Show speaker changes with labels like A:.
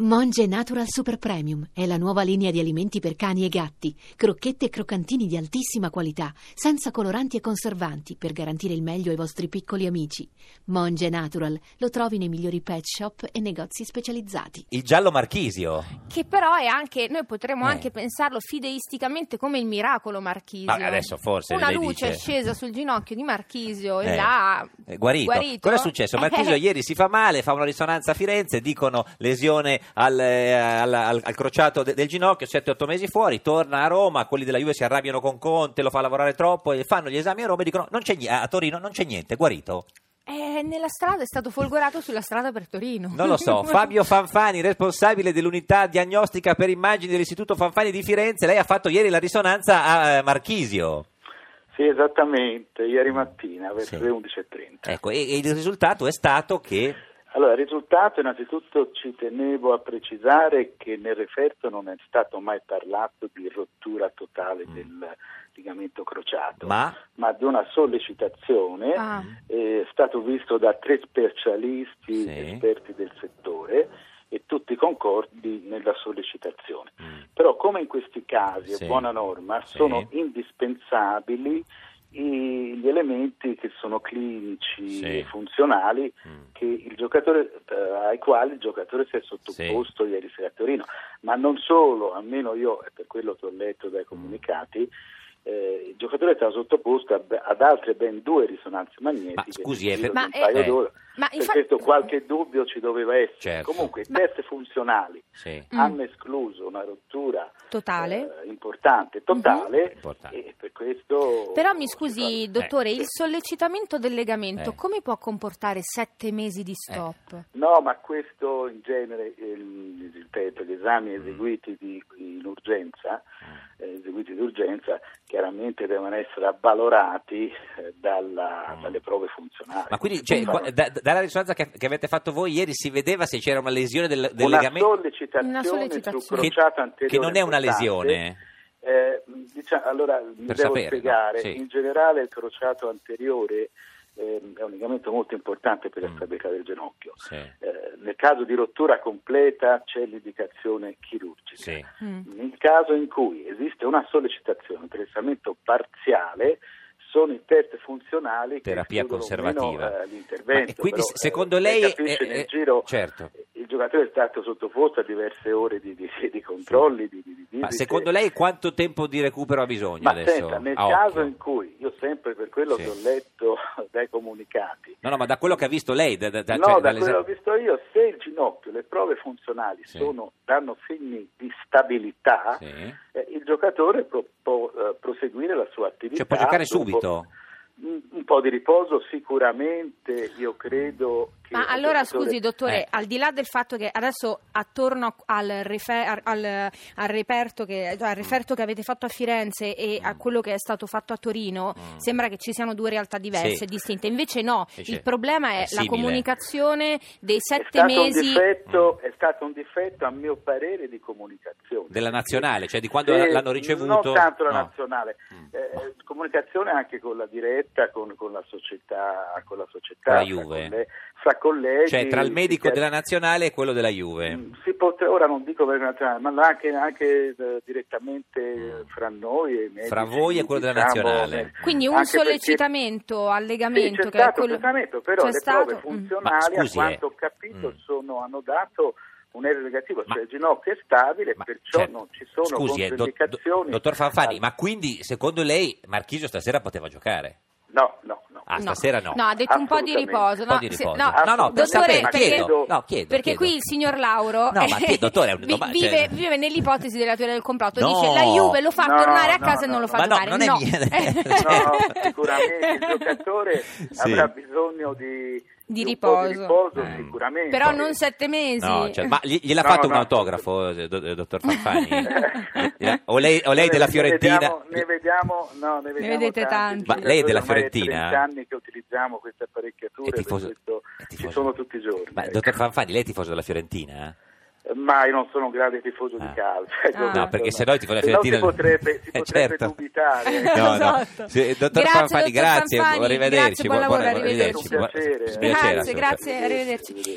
A: Monge Natural Super Premium è la nuova linea di alimenti per cani e gatti, crocchette e croccantini di altissima qualità, senza coloranti e conservanti, per garantire il meglio ai vostri piccoli amici. Monge Natural lo trovi nei migliori pet shop e negozi specializzati.
B: Il giallo marchisio.
C: Che però è anche, noi potremmo
B: Eh.
C: anche pensarlo fideisticamente come il miracolo Marchisio.
B: Ma adesso forse
C: Una
B: lei
C: luce è
B: dice-
C: scesa sul ginocchio di Marchisio e
B: Eh,
C: l'ha
B: eh, guarito.
C: guarito. Eh,
B: Cosa è successo? Marchisio ieri si fa male, fa una risonanza a Firenze, dicono lesione al, eh, al- al- al crociato de- del ginocchio, 7-8 mesi fuori, torna a Roma, quelli della Juve si arrabbiano con Conte, lo fa lavorare troppo e fanno gli esami a Roma e dicono "Non c'è ni- a Torino non c'è niente, è guarito.
C: Eh, nella strada è stato folgorato sulla strada per Torino.
B: Non lo so, Fabio Fanfani, responsabile dell'unità diagnostica per immagini dell'Istituto Fanfani di Firenze, lei ha fatto ieri la risonanza a eh, Marchisio.
D: Sì, esattamente, ieri mattina verso
B: Sì.
D: le 11.30.
B: Ecco, e- e il risultato è stato che...
D: Allora, il risultato innanzitutto ci tenevo a precisare che nel referto non è stato mai parlato di rottura totale del ligamento crociato,
B: Mm. Ma... Mm,
D: ma di una sollecitazione eh,
C: Ah.
D: è stato visto da tre specialisti
B: Sì.
D: esperti del settore e tutti concordi nella sollecitazione.
B: Mm.
D: Però come in questi casi
B: Sì.
D: è buona norma,
B: Sì.
D: sono indispensabili i- gli elementi che sono clinici
B: Sì.
D: e funzionali
B: Mm.
D: che il giocatore, eh, ai quali il giocatore si è sottoposto ieri sera a Torino, ma non solo, almeno io, è per quello che ho letto
B: Mm.
D: dai comunicati, eh, il giocatore è stato sottoposto a be- ad altre ben due risonanze
B: Ma
D: magnetiche.
B: scusi,
D: nel
B: eh,
D: giro
C: per-
D: di un
C: Ma, eh,
D: paio d'ore.
C: Ma
D: Per
C: infatti...
D: questo qualche dubbio ci doveva essere.
B: Certo.
D: Comunque, i
C: Ma-
D: test funzionali
B: Sì.
C: Mm.
D: hanno escluso una rottura
C: Totale. Mhm.
D: eh, importante, totale,
B: Importante.
D: e per questo...
C: Però mi
D: si
C: scusi,
D: fa-
C: dottore,
D: Eh,
C: il
D: sì.
C: sollecitamento del legamento
B: Eh.
C: come può comportare sette mesi di stop?
D: No, ma questo in genere, ehm, ripeto, gli esami
B: Mm.
D: eseguiti di- in urgenza, eh, eseguiti d'urgenza, chiaramente devono essere avvalorati eh, dalla- dalle prove funzionali.
B: Mm. Ma quindi cioè, qua- da- da- dalla risonanza che, che avete fatto voi ieri si vedeva se c'era una lesione del, del
D: una
B: legamento
D: sollecitazione,
C: Una sollecitazione.
D: sul crociato
B: che,
D: anteriore
B: che non è una
D: portante.
B: lesione.
D: Eh, diciamo, allora, mi
B: Per
D: devo
B: saperlo,
D: spiegare,
B: sì.
D: in generale il crociato anteriore ehm, è un ligamento molto importante per la
B: Mm.
D: stabilità del ginocchio.
B: Sì,
D: Eh, nel caso di rottura completa c'è l'indicazione chirurgica.
B: sì.
C: Mm.
D: Nel caso in cui esiste una sollecitazione, un interessamento parziale, sono i test funzionali
B: Terapia
D: che escludono
B: conservativa.
D: meno, eh,
B: Ma-
D: l'intervento.
B: e quindi
D: però,
B: se- secondo
D: eh,
B: lei...
D: capisce,
B: eh, eh,
D: nel giro
B: certo.
D: il giocatore è stato sottoposto a diverse ore di, di- di controlli, di, di, di
B: Ma
D: visite.
B: secondo lei quanto tempo di recupero ha bisogno
D: Ma
B: adesso?
D: senta, nel
B: a occhio?
D: caso in cui, io sempre per quello
B: Sì.
D: che ho letto dai comunicati,
B: No, no, ma da quello che ha visto lei... Da, da- da-
D: no,
B: cioè,
D: da
B: dall'esa-
D: quello che ho visto io, se il ginocchio, le prove funzionali
B: Sì.
D: sono- danno segni di stabilità,
B: Sì.
D: eh, il giocatore può, può, eh, proseguire la sua attività.
B: Cioè può giocare
D: dopo
B: subito?
D: Un, un po' di riposo sicuramente, io credo che...
C: Ma
D: il
C: allora
D: giocatore-
C: scusi dottore,
B: Eh.
C: al di là del fatto che adesso attorno a- al, refer- al- al reperto che, cioè al referto che avete fatto a Firenze e a quello che è stato fatto a Torino,
B: Mm.
C: sembra che ci siano due realtà diverse,
B: Sì.
C: distinte. Invece no,
B: Invece
C: il problema
B: è
C: è, la
B: simile.
C: comunicazione dei
D: È
C: sette
D: stato, un
C: mesi.
D: difetto, è stato un difetto, a mio parere, di comunicazione.
B: Della nazionale, cioè di quando
D: Eh,
B: l'hanno ricevuto...
D: Non tanto la
B: no.
D: nazionale,
B: Mm.
D: eh, comunicazione anche con la diretta, con, con la società, con la società,
B: La
D: fra
B: Juve.
D: colle- fra colleghi.
B: Cioè tra il medico
D: si-
B: della nazionale e quello della Juve.
D: Eh, certo. Mm, si potre- ora non dico per la nazionale, ma anche, anche, eh, direttamente eh, fra noi e i medici,
B: Fra voi e quello della
D: diciamo,
B: nazionale.
D: eh,
C: Quindi un
D: anche perché-
C: sollecitamento al
D: Sì,
C: legamento
D: c'è
C: che è
D: stato un
C: quello
D: trattamento, però
C: c'è
D: le prove
C: stato? Mm.
D: funzionali,
B: Ma scusi,
D: a quanto
B: eh.
D: ho capito,
B: Mm.
D: sono- hanno dato un ero negativo,
B: Ma-
D: cioè il ginocchio è stabile,
B: Ma-
D: perciò
B: certo.
D: non ci sono
B: Scusi, eh, do- do-
D: controindicazioni.
B: dottor Fanfani,
D: Ah,
B: ma quindi secondo lei Marchisio stasera poteva giocare?
D: No, no, no.
B: Ah, stasera no.
C: No, ha detto un po' di
D: Assolutamente.
C: riposo.
B: Un po'
C: no,
B: di
C: se-
B: riposo.
C: no,
B: no, no, per
C: dottore,
B: sapere,
C: perché-
B: chiedo, no, Oh, chiedo,
C: Perché
B: chiedo.
C: qui il signor Lauro
B: No, ma che- dottore, è una
C: vi-
B: domanda,
C: vive,
B: cioè-
C: vive nell'ipotesi della teoria del complotto.
B: No.
C: Dice la Juve lo fa
D: No,
C: tornare a
D: no,
C: casa e
D: no,
C: non lo
D: no,
C: fa
B: ma no,
C: tornare.
B: non è mia.
D: No, sicuramente il giocatore
B: Sì.
D: avrà bisogno di,
C: Di
D: un po' di
C: riposo.
D: riposo,
B: Mm.
D: sicuramente.
C: Però non sette mesi.
B: No, cioè, ma gli- gliel'ha
D: No,
B: fatto un
D: no.
B: autografo, eh, do- eh, dottor Fanfani? Eh, o lei, o lei
D: Ne
B: della
D: vediamo-
B: Fiorentina?
D: Ne vediamo, no, ne vediamo
C: vedete tanti.
D: tanti.
B: Ma lei è della
D: Ormai
B: Fiorentina?
D: È 30 anni che utilizziamo queste apparecchiature,
B: È tifoso-
D: per questo
B: è tifoso.
D: ci sono tutti i giorni.
B: Ma
D: ecco.
B: dottor Fanfani, lei è tifoso della Fiorentina? eh?
D: Ma io non sono un grande tifoso
B: Ah.
D: di calcio. ecco,
C: No,
D: questo
B: perché sennò il tifo della
D: Sennò
B: Fiorentina-
D: Si potrebbe, si
B: Eh,
D: potrebbe
B: certo.
D: dubitare. ecco.
B: No, no.
C: Esatto.
B: Sì, dottor
C: Grazie,
B: Fanfani,
C: dottor
B: grazie,
C: Fanfani,
B: arrivederci.
C: grazie, buon lavoro,
D: arrivederci.
B: buon-
D: Un piacere, eh.
B: piacere,
C: Grazie,
B: assolutamente.
C: grazie, arrivederci.